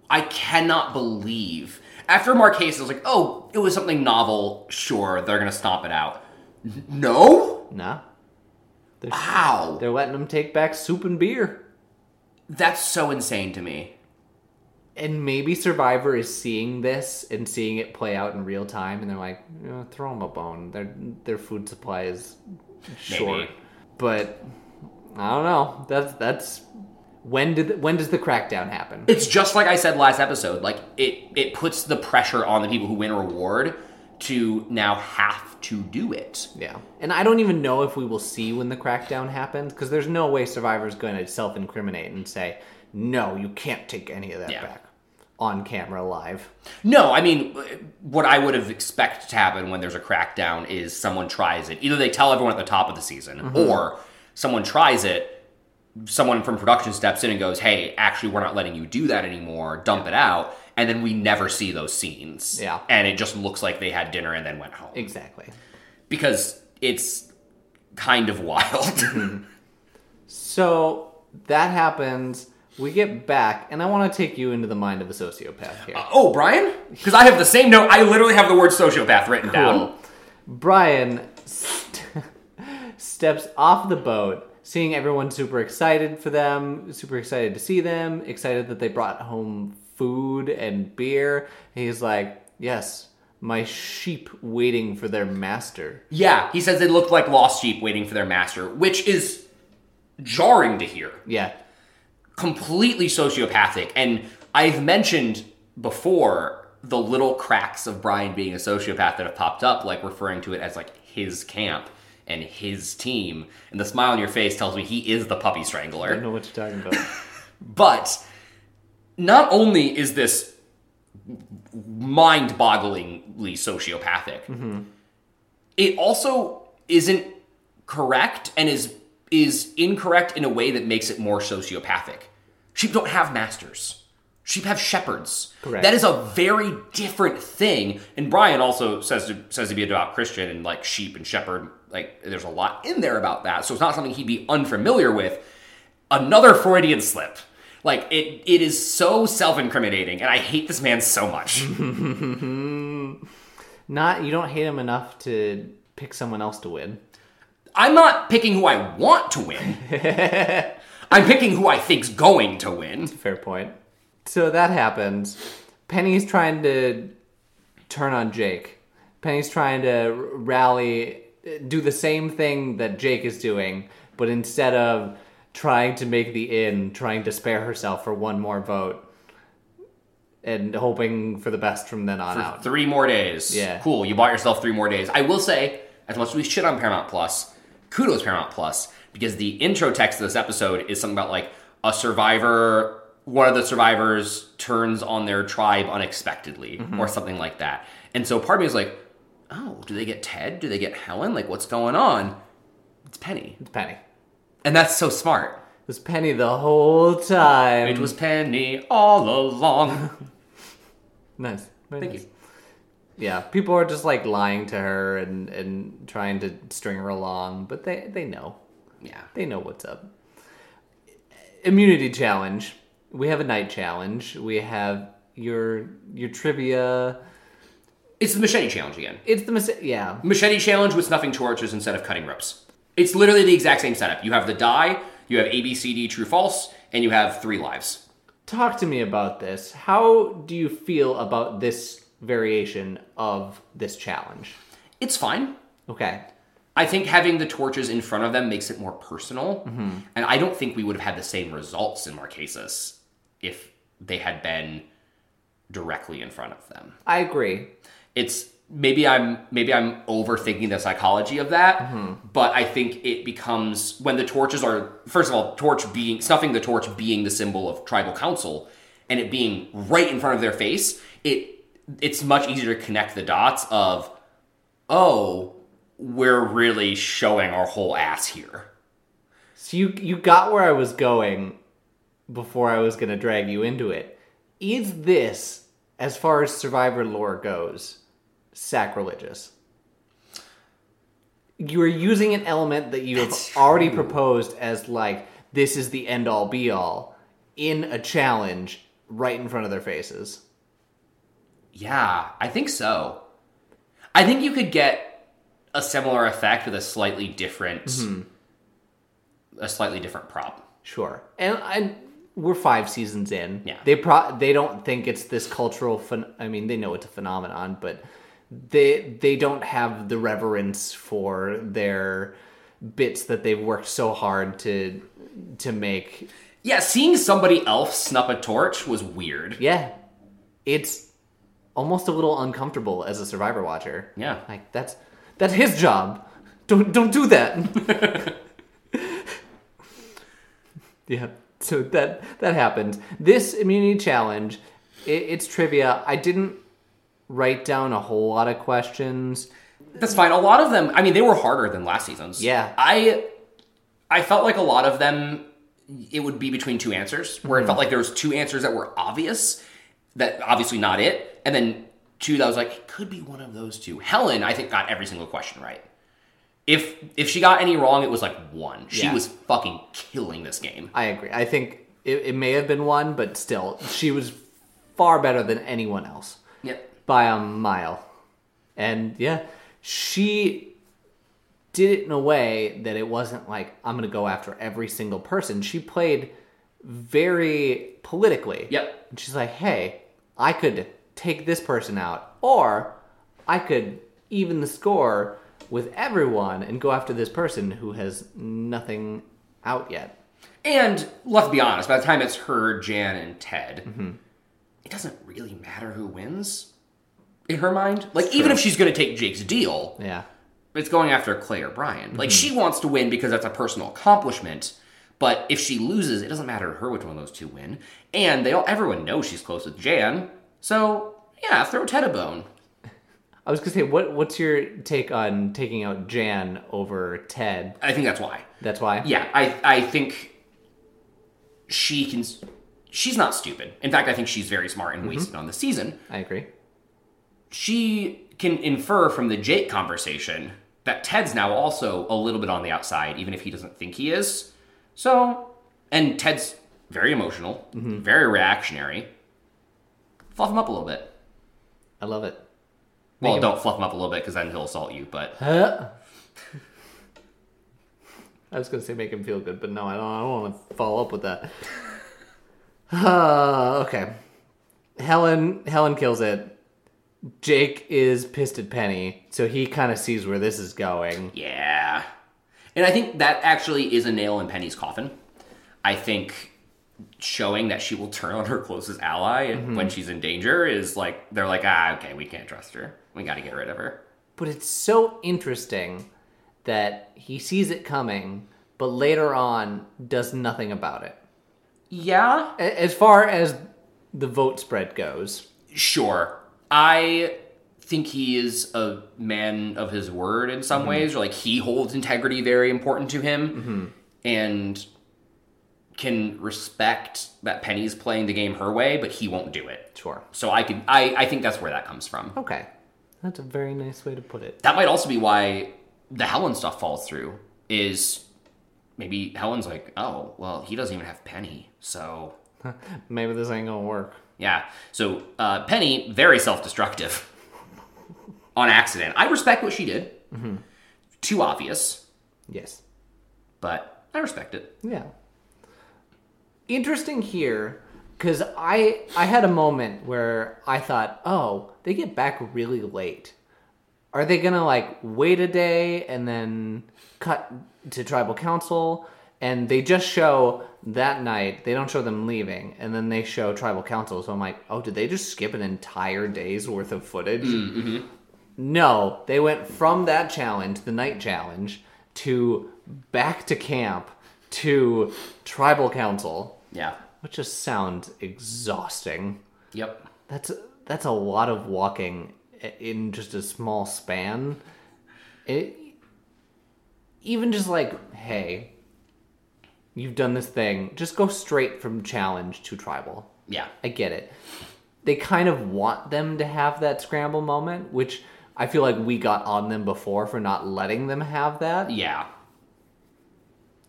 I cannot believe. After Marquez was like, "Oh, it was something novel. Sure, they're gonna stomp it out." N- No,
Nah.
how?
They're letting them take back soup and beer.
That's so insane to me.
And maybe Survivor is seeing this and seeing it play out in real time, and they're like, you know, "Throw them a bone. Their their food supply is short."
Maybe.
But I don't know. That's that's when did when does the crackdown happen?
It's just like I said last episode. Like it, it puts the pressure on the people who win a reward to now have to do it.
Yeah, and I don't even know if we will see when the crackdown happens because there's no way Survivor's going to self-incriminate and say, "No, you can't take any of that
Yeah.
back on camera live."
No, I mean, what I would have expected to happen when there's a crackdown is someone tries it. Either they tell everyone at the top of the season,
Mm-hmm.
or someone tries it, someone from production steps in and goes, hey, actually, we're not letting you do that anymore, dump it out. And then we never see those scenes.
Yeah.
And it just looks like they had dinner and then went home.
Exactly.
because it's kind of
Mm-hmm.
wild.
So that happens. We get back, and I want to take you into the mind of a sociopath here.
oh, Brian? Because I have the same note. I literally have the word sociopath written down.
Cool. Brian st- steps off the boat, seeing everyone super excited for them, super excited to see them, excited that they brought home food and beer. He's like, Yes, my sheep waiting for their master.
Yeah, he says they looked like lost sheep waiting for their master, which is jarring to hear.
Yeah.
Completely sociopathic. And I've mentioned before the little cracks of Brian being a sociopath that have popped up, like referring to it as like his camp and his team. And the smile on your face tells me he is the puppy strangler.
I don't know what you're talking about.
But not only is this mind bogglingly sociopathic, it also isn't correct and is is incorrect in a way that makes it more sociopathic. Sheep don't have masters. Sheep have shepherds.
Correct.
That is a very different thing. And Brian also says to, says to be a devout Christian and like sheep and shepherd, like there's a lot in there about that. So it's not something he'd be unfamiliar with. Another Freudian slip. Like it it is so self-incriminating and I hate this man so much.
Not you don't hate him enough to pick someone else to win.
I'm not picking who I want to win. I'm picking who I think's going to win.
Fair point. So that happens. Penny's trying to turn on Jake. Penny's trying to r- rally, uh, do the same thing that Jake is doing, but instead of trying to make the in, trying to spare herself for one more vote and hoping for the best from then on out.
Oh, Three more days.
Yeah.
Cool. You bought yourself three more days. I will say, as much as we shit on Paramount Plus, kudos Paramount Plus, because the intro text of this episode is something about like a survivor, one of the survivors turns on their tribe unexpectedly or something like that. And so part of me is like, oh, do they get Ted? Do they get Helen? Like, what's going on? It's Penny.
It's Penny.
And that's so smart.
It was Penny the whole time.
It was Penny all along.
nice. Very
Thank
nice.
you.
Yeah, people are just like lying to her and, and trying to string her along, but they, they know.
Yeah.
They know what's up. Immunity challenge. We have a night challenge. We have your your trivia.
It's the machete challenge again.
It's the mis- yeah.
Machete challenge with snuffing torches instead of cutting ropes. It's literally the exact same setup. You have the die, you have A, B, C, D, true, false, and you have three lives.
Talk to me about this. How do you feel about this variation of this challenge?
It's fine.
Okay.
I think having the torches in front of them makes it more personal. And I don't think we would have had the same results in Marquesas if they had been directly in front of them.
I agree.
It's maybe I'm maybe I'm overthinking the psychology of that, but I think it becomes when the torches are first of all torch being stuffing the torch being the symbol of tribal council and it being right in front of their face, it it's much easier to connect the dots of oh, we're really showing our whole ass here.
So you you got where I was going before I was going to drag you into it. Is this, as far as survivor lore goes, sacrilegious? You are using an element that you have
That's
already proposed as like this is the end all be all in a challenge right in front of their faces.
Yeah, I think so. I think you could get a similar effect with a slightly different a slightly different problem.
Sure, and I we're five seasons in.
Yeah.
they pro they don't think it's this cultural. Phen- I mean, they know it's a phenomenon, but they they don't have the reverence for their bits that they've worked so hard to to make.
Yeah, seeing somebody else snuff a torch was weird.
Yeah, it's almost a little uncomfortable as a survivor watcher.
Yeah.
like that's that's his job. Don't don't do that. yeah. So that that happened. This immunity challenge, it, it's trivia. I didn't write down a whole lot of questions.
That's fine. A lot of them, I mean, they were harder than last season's.
Yeah.
I I felt like a lot of them it would be between two answers where it
Hmm.
felt like there was two answers that were obvious that obviously not it and then two that was like it could be one of those two. Helen, I think got every single question right. If if she got any wrong, it was like one. She
Yeah.
was fucking killing this game.
I agree. I think it, it may have been one, but still, she was far better than anyone else.
Yep.
by a mile. And yeah, she did it in a way that it wasn't like, I'm going to go after every single person. She played very politically.
Yep.
And she's like, hey, I could take this person out, or I could even the score with everyone and go after this person who has nothing out yet.
And let's be honest, by the time it's her, Jan, and Ted, it doesn't really matter who wins in her mind. Like, even if she's going to take Jake's deal,
Yeah.
it's going after Clay or Brian. Like, she wants to win because that's a personal accomplishment. But if she loses, it doesn't matter to her which one of those two win. And they all, everyone knows she's close with Jan. So, yeah, throw Ted a bone.
I was going to say, what, what's your take on taking out Jan over Ted?
I think that's why.
That's why?
Yeah, I I think she can. She's not stupid. In fact, I think she's very smart and wasted on the season.
I agree.
she can infer from the Jake conversation that Ted's now also a little bit on the outside, even if he doesn't think he is. So, and Ted's very emotional, very reactionary. Fluff him up a little bit.
I love it.
Well, don't fluff him up a little bit because then he'll assault you. But
Huh? I was gonna say make him feel good, but no, I don't. I don't want to follow up with that. Uh, okay, Helen. Helen kills it. Jake is pissed at Penny, so he kind of sees where this is going.
yeah, and I think that actually is a nail in Penny's coffin. I think showing that she will turn on her closest ally when she's in danger is like they're like ah okay we can't trust her we got to get rid of her
But it's so interesting that he sees it coming, but later on does nothing about it.
yeah
A- As far as the vote spread goes,
Sure. I think he is a man of his word in some ways, or like he holds integrity very important to him and can respect that Penny's playing the game her way, but he won't do it.
sure.
So I could I, I think that's where that comes from.
Okay, that's a very nice way to put it.
That might also be why the Helen stuff falls through is maybe Helen's like, "Oh, well, he doesn't even have Penny." So,
Maybe this ain't gonna work.
Yeah. So uh, Penny, very self-destructive on accident. I respect what she did. Too obvious,
Yes.
but I respect it.
Yeah. Interesting here cuz I I had a moment where I thought, "Oh, they get back really late. Are they going to like wait a day and then cut to tribal council and they just show that night. They don't show them leaving, and then they show tribal council. So I'm like, oh, did they just skip an entire day's worth of footage? No, they went from that challenge, the night challenge, to back to camp to tribal council,
Yeah.
which just sounds exhausting.
Yep.
That's that's a lot of walking i- in just a small span. It, even just like, hey, you've done this thing. Just go straight from challenge to tribal.
Yeah.
I get it. They kind of want them to have that scramble moment, which I feel like we got on them before for not letting them have that.
Yeah.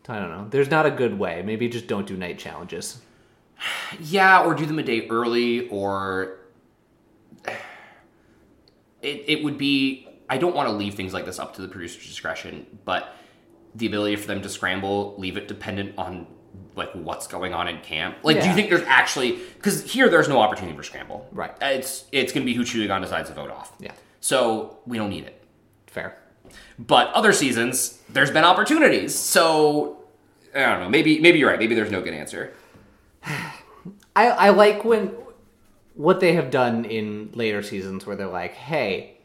I don't know. There's not a good way. Maybe just don't do night challenges.
Yeah, or do them a day early, or it it would be. I don't want to leave things like this up to the producer's discretion, but the ability for them to scramble, leave it dependent on like what's going on in camp. Like, do you
Yeah.
think there's actually because here there's no opportunity for scramble.
Right.
It's it's gonna be who Chewbacca decides to vote off.
Yeah.
So we don't need it.
Fair.
But other seasons, there's been opportunities. So I don't know. Maybe maybe you're right. Maybe there's no good answer.
I, I like when what they have done in later seasons where they're like, hey,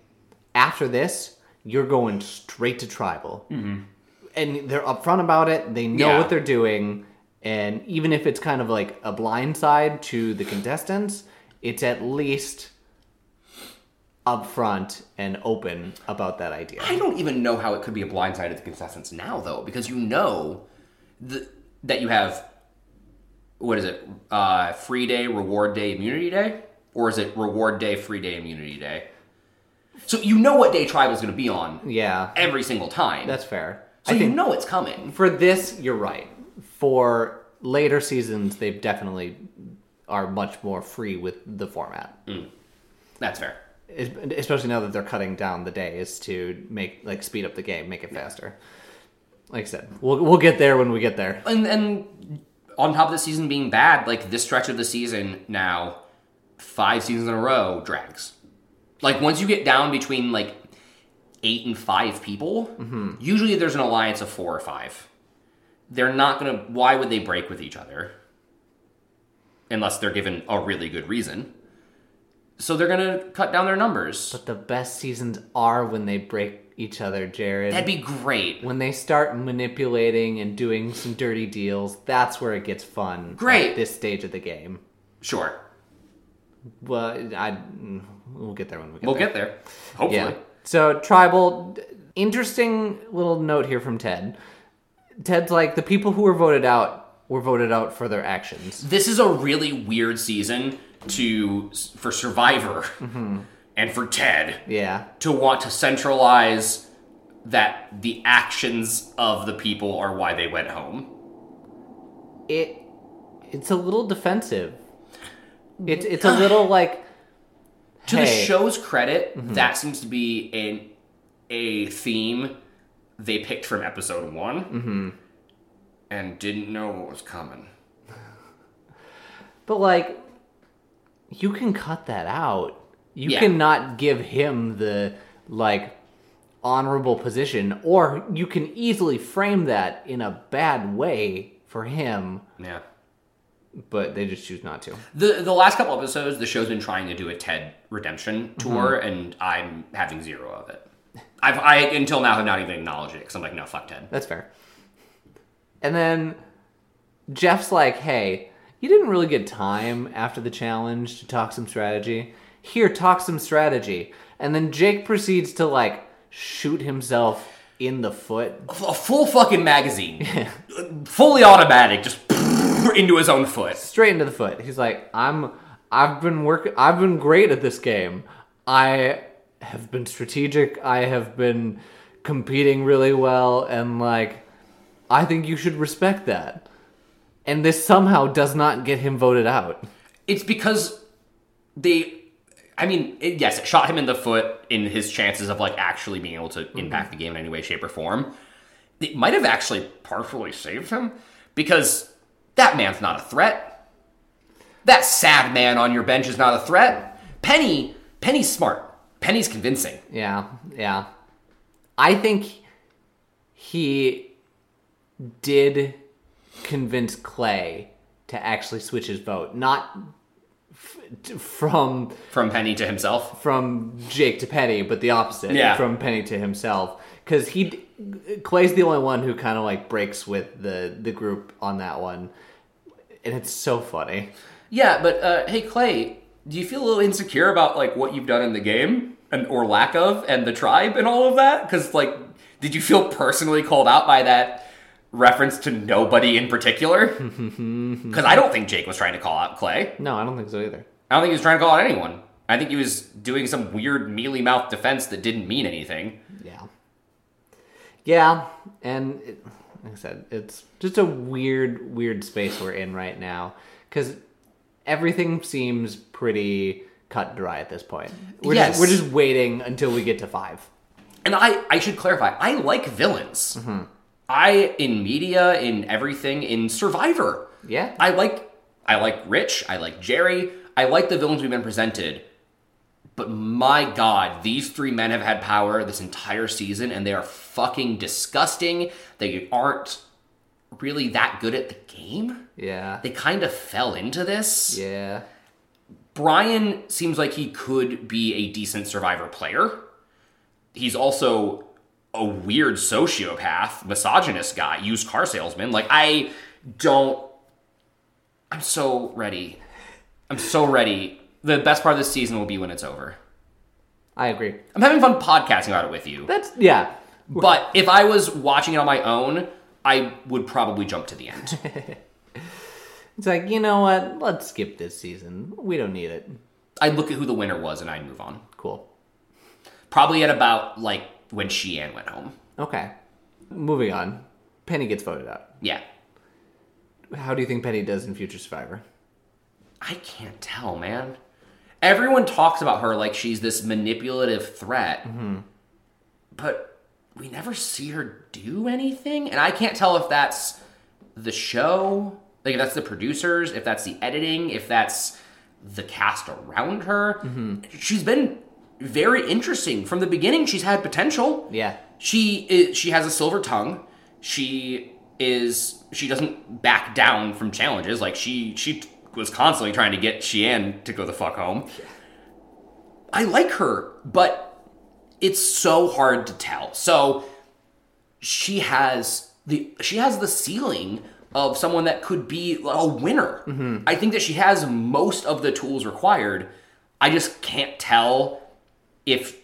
after this, you're going straight to tribal. And they're upfront about it. They know
Mm-hmm. Yeah.
what they're doing. And even if it's kind of like a blind side to the contestants, it's at least upfront and open about that idea.
I don't even know how it could be a blind side of the contestants now, though, because you know the, that you have what is it? Uh, free day, reward day, immunity day, or is it reward day, free day, immunity day? So you know what day tribal's going to be on
Yeah,
every single time.
that's fair.
so
I
you
think
know it's coming.
for this, you're right. For later seasons, they've definitely are much more free with the format,
That's fair.
Es- especially now that they're cutting down the days to make like speed up the game, make it faster. Like I said, we'll we'll get there when we get there.
and and on top of the season being bad, like this stretch of the season now, five seasons in a row drags. Like once you get down between like eight and five people,
Mm-hmm.
usually there's an alliance of four or five. They're not gonna. Why would they break with each other? Unless they're given a really good reason. So they're gonna cut down their numbers.
But the best seasons are when they break each other, Jared.
That'd be great.
when they start manipulating and doing some dirty deals, that's where it gets fun. at
Great.
this stage of the game.
Sure,
Well, I we'll get there when we get
we'll
there.
get there. Hopefully.
Yeah. So tribal, d- interesting little note here from Ted. Ted's like the people who were voted out were voted out for their actions.
this is a really weird season to for survivor and for ted
Yeah.
to want to centralize that the actions of the people are why they went home
It it's a little defensive. It's it's a little like
to the
Hey.
show's credit that seems to be an a theme they picked from episode one and didn't know what was coming
but like you can cut that out. You
Yeah.
cannot give him the like honorable position or you can easily frame that in a bad way for him,
yeah
but they just choose not to.
the the last couple episodes the show's been trying to do a ted redemption tour and i'm having zero of it i've i until now have not even acknowledged it because i'm like no fuck ted
That's fair. And then Jeff's like, hey, you didn't really get time after the challenge to talk some strategy. Here, talk some strategy. And then Jake proceeds to, like, shoot himself in the foot.
F- a full fucking magazine fully automatic just into his own foot
Straight into the foot. He's like, I'm. I've been work. I've been great at this game. I have been strategic. I have been competing really well, and like, I think you should respect that. And this somehow does not get him voted out.
it's because they i mean it, yes it shot him in the foot in his chances of like actually being able to impact the game in any way shape or form it might have actually partially saved him because that man's not a threat. That sad man on your bench is not a threat. Penny, Penny's smart. Penny's convincing.
Yeah, yeah. I think he did convince Clay to actually switch his vote, not f- from
from Penny to himself.
from Jake to Penny, but the opposite
Yeah.
from Penny to himself. Because he Clay's the only one who kind of like breaks with the the group on that one, and it's so funny.
Yeah, but uh, hey, Clay, do you feel a little insecure about like what you've done in the game and or lack of, and the tribe and all of that? Because like, did you feel personally called out by that reference to nobody in particular? Because I don't think Jake was trying to call out Clay.
No, I don't think so either.
I don't think he was trying to call out anyone. I think he was doing some weird mealy mouth defense that didn't mean anything.
Yeah, yeah, and it, like I said, it's just a weird, weird space we're in right now because everything seems pretty cut and dry at this point. We're
Yes.
just, we're just waiting until we get to five.
And I, I should clarify, I like villains. I in media, in everything, in Survivor.
Yeah.
I like I like Rich, I like Jerry, I like the villains we've been presented. But my god, these three men have had power this entire season and they are fucking disgusting. They aren't really that good at the game.
Yeah.
They kind of fell into this.
Yeah.
Brian seems like he could be a decent survivor player. He's also a weird sociopath, misogynist guy, used car salesman. Like I don't I'm so ready. I'm so ready. The best part of this season will be when it's over.
I agree.
I'm having fun podcasting about it with you.
That's yeah.
But if I was watching it on my own, I would probably jump to the end.
It's like, you know what? Let's skip this season. We don't need it.
I'd look at who the winner was and I'd move on.
Cool.
Probably at about like when Sheehan went home.
Okay. Moving on. Penny gets voted out.
Yeah.
How do you think Penny does in Future Survivor?
I can't tell, man. Everyone talks about her like she's this manipulative threat, but we never see her do anything. And I can't tell if that's the show, like if that's the producers, if that's the editing, if that's the cast around her. She's been very interesting from the beginning. She's had potential.
Yeah.
She is, she has a silver tongue. She is she doesn't back down from challenges. Like she she t- was constantly trying to get Xian to go the fuck home. I like her, but it's so hard to tell. So she has the she has the ceiling of someone that could be a winner. I think that she has most of the tools required. I just can't tell if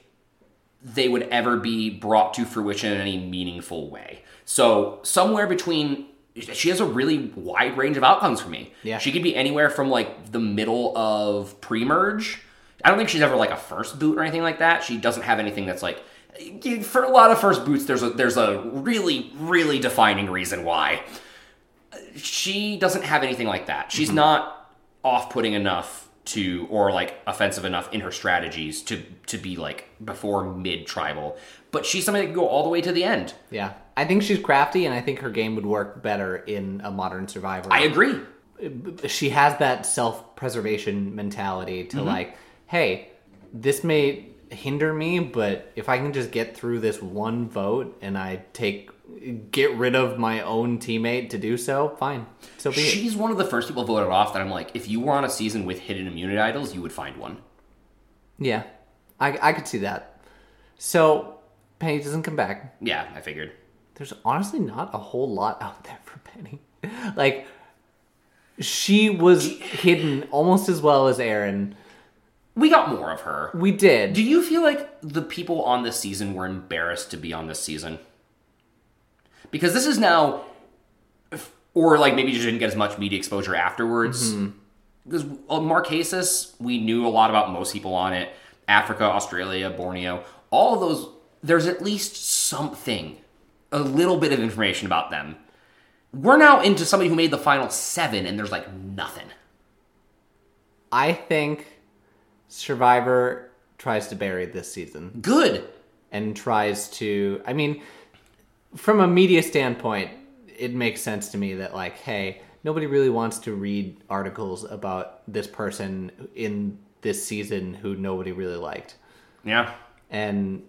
they would ever be brought to fruition in any meaningful way. So somewhere between she has a really wide range of outcomes for me.
Yeah.
She could be anywhere from like the middle of pre-merge. I don't think she's ever like a first boot or anything like that. She doesn't have anything that's like for a lot of first boots there's a there's a really really defining reason why. She doesn't have anything like that. She's not off-putting enough to or like offensive enough in her strategies to to be like before mid tribal, but she's somebody that can go all the way to the end.
Yeah. I think she's crafty and I think her game would work better in a modern survivor.
I agree.
she has that self preservation mentality to like, hey, this may hinder me, but if I can just get through this one vote and I take get rid of my own teammate to do so, fine. So be it.
She's one of the first people voted off that I'm like, if you were on a season with hidden immunity idols, you would find one.
Yeah, I, I could see that. So Penny doesn't come back.
Yeah, I figured.
There's honestly not a whole lot out there for Penny. Like, she was hidden almost as well as Aaron.
We got more of her.
We did.
Do you feel like the people on this season were embarrassed to be on this season? Because this is now, or like maybe you just didn't get as much media exposure afterwards. Because uh, Marquesas, we knew a lot about most people on it. Africa, Australia, Borneo, all of those. There's at least something, a little bit of information about them. We're now into somebody who made the final seven, and there's like nothing.
I think Survivor tries to bury this season
Good.
and tries to. I mean, from a media standpoint, it makes sense to me that, like, hey, nobody really wants to read articles about this person in this season who nobody really liked.
Yeah.
And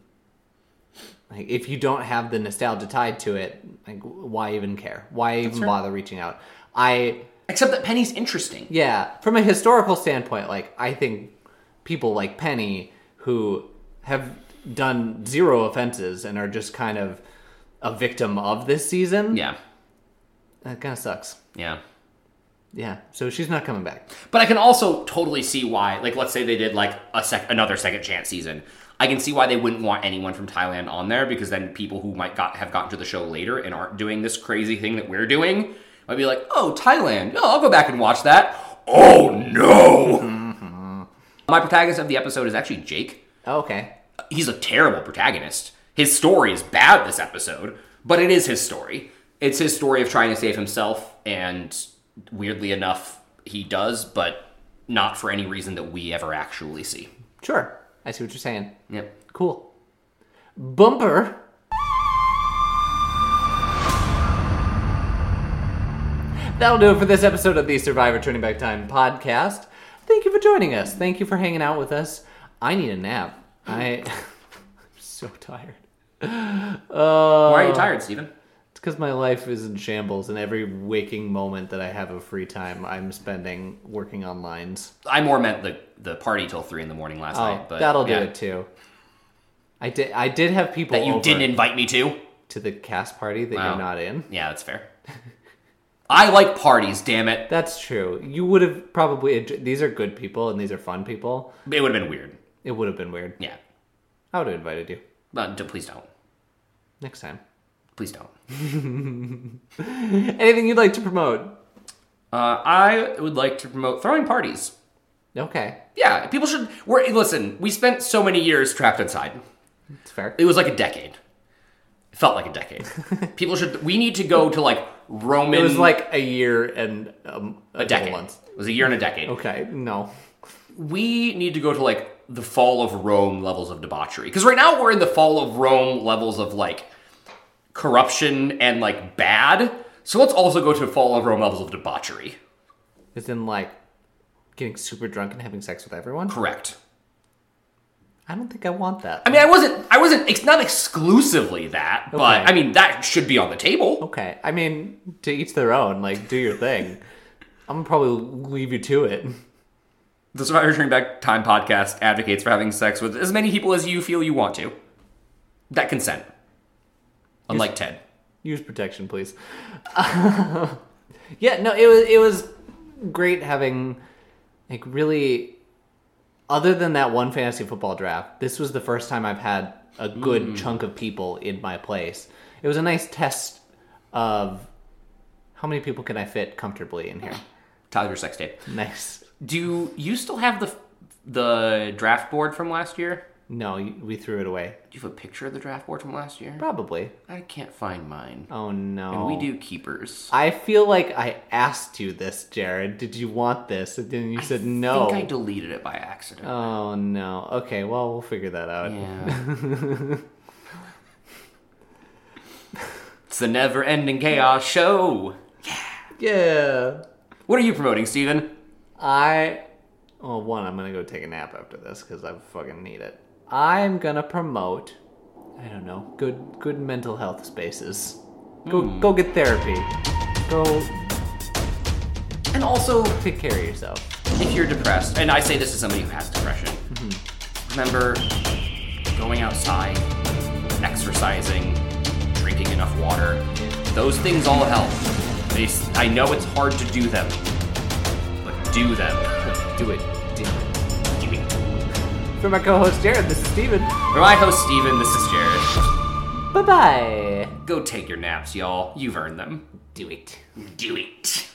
Like, if you don't have the nostalgia tied to it, like why even care? Why even
fair.
bother reaching out? I
Except that Penny's interesting.
Yeah, from a historical standpoint, like I think people like Penny who have done zero offenses and are just kind of a victim of this season.
Yeah.
that kind of sucks.
Yeah.
Yeah, so she's not coming back.
But I can also totally see why, like, let's say they did like a sec- another second chance season. I can see why they wouldn't want anyone from Thailand on there because then people who might got have gotten to the show later and aren't doing this crazy thing that we're doing might be like, "Oh, Thailand! Oh, I'll go back and watch that." Oh no! My protagonist of the episode is actually Jake
Okay,
he's a terrible protagonist. His story is bad this episode, but it is his story. It's his story of trying to save himself, and weirdly enough, he does, but not for any reason that we ever actually see.
sure. I see what you're saying.
Yep.
Cool. Bumper. That'll do it for this episode of the Survivor Turning Back Time podcast. Thank you for joining us. Thank you for hanging out with us. I need a nap. I, I'm so tired.
Why
Uh,
are you tired, Steven?
It's because my life is in shambles, and every waking moment that I have of free time, I'm spending working on lines.
I more meant the the party till three in the morning last
Oh,
night. But
that'll do
yeah.
it too. I did. I did have people
That you
over
didn't invite me to.
to the cast party that
Wow.
you're not in.
Yeah, that's fair. I like parties. Damn it!
That's true. You would have probably. These are good people and these are fun people.
It would have been weird.
It would have been weird.
Yeah,
I would have invited you
but d- please don't.
next time.
Please don't.
Anything you'd like to promote?
Uh, I would like to promote throwing parties.
Okay,
Yeah, people should. We're listen. We spent so many years trapped inside.
it's fair.
It was like a decade. It felt like a decade. people should. We need to go to like Roman.
It was like a year and um,
a decade.
Months.
It was a year and a decade.
Okay, no.
We need to go to like the fall of Rome levels of debauchery because right now we're in the fall of Rome levels of like corruption and like bad. So let's also go to fall of Rome levels of debauchery.
It's in like getting super drunk and having sex with everyone.
Correct.
I don't think I want that.
I mean, I wasn't. I wasn't. It's not exclusively that, but
Okay.
I mean that should be on the table.
okay, I mean to each their own. Like do your thing. I'm gonna probably leave you to it.
The Survivor Turning Back Time podcast advocates for having sex with as many people as you feel you want to. That consent. Unlike Ted.
Use protection, please. yeah, no, it was it was great having like really. Other than that one fantasy football draft, this was the first time I've had a good
Mm.
chunk of people in my place. It was a nice test of how many people can I fit comfortably in here.
Tyler your sex tape.
Nice.
Do you still have the the draft board from last year?
No, you- we threw it away.
Do you have a picture of the draft board from last year?
Probably.
I can't find mine.
Oh no.
And we do keepers.
I feel like I asked you this, Jared. Did you want this? And then you said no.
I think I deleted it by accident.
Oh no. Okay, well we'll figure that out.
yeah. it's the never ending chaos show.
Yeah.
What are you promoting, Steven?
I well one, I'm gonna go take a nap after this because I fucking need it. I'm gonna promote I don't know, good good mental health spaces. Go go get therapy. Go
And also
take care of yourself.
if you're depressed, and I say this to somebody who has depression,
Mm-hmm.
remember going outside, exercising, drinking enough water. Those things all help. They, s- I know it's hard to do them, but do them.
Do it. Do it.
Do it.
For my co-host Jared, this is Steven.
For my host, Steven, this is Jared.
Bye bye.
Go take your naps, y'all. You've earned them.
Do it.
Do it.